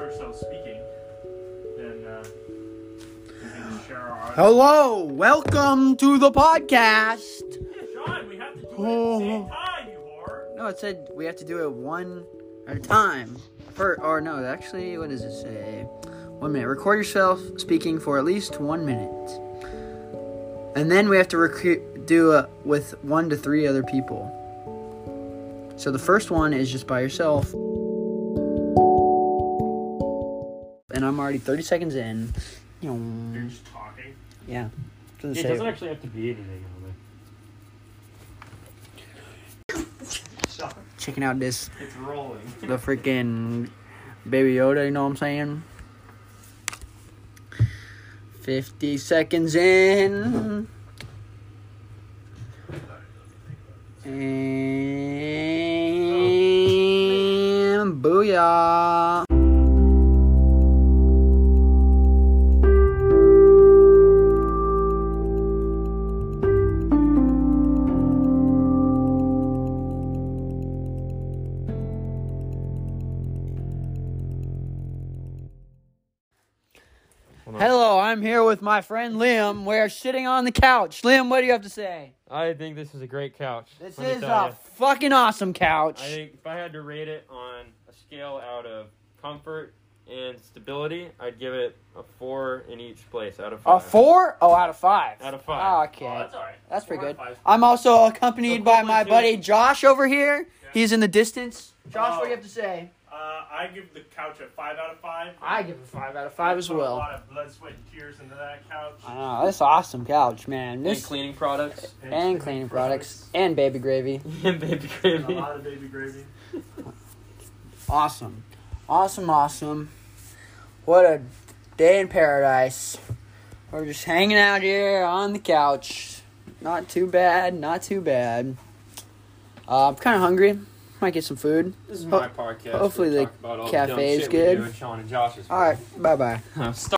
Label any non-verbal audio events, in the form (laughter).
ourselves speaking, then uh, we can just share our. Hello, welcome to the podcast. Sean, we have to do it at the Oh. same time, you whore. No, it said we have to do it one at a time. For or no, actually, what does it say? One minute. Record yourself speaking for at least one minute, and then we have to rec- do a, with one to three other people. So the first one is just by yourself. And I'm already 30 seconds in. You're Yum. just talking. Yeah. Doesn't It say- doesn't actually have to be anything on there. (laughs) Sean, checking out this it's rolling. the freaking baby Yoda, you know what I'm saying? 50 seconds in. And booyah. Hello, I'm here with my friend Liam. We're sitting on the couch. Liam, what do you have to say? I think this is a great couch. This let me is tell a ya. fucking awesome couch. I think if I had to rate it on a scale out of comfort and stability, I'd give it a four in each place out of A five. four? Oh, out of five. Ah, Out of five. okay. Oh, that's alright. That's pretty Four good. out of five. I'm also accompanied by my Equivalent buddy to- Josh over here. Yeah. He's in the distance. Josh, what Oh. do you have to say? Uh, I give the couch a five out of five. I give it five out of five as Put A well. lot of blood, sweat, and tears into that couch. I know that's awesome couch, man. And This and, cleaning products (laughs) cleaning products and baby gravy. and baby And a gravy. lot of baby gravy. Awesome, awesome, awesome. What a day in paradise. We're just hanging out here on the couch. Not too bad. Not too bad. Uh, I'm kind of hungry. Might get some food. This is my podcast. hopefully We the talk about all the dumb cafe's shit we good. do Sean and Josh's. (laughs) (laughs) All right. Bye bye.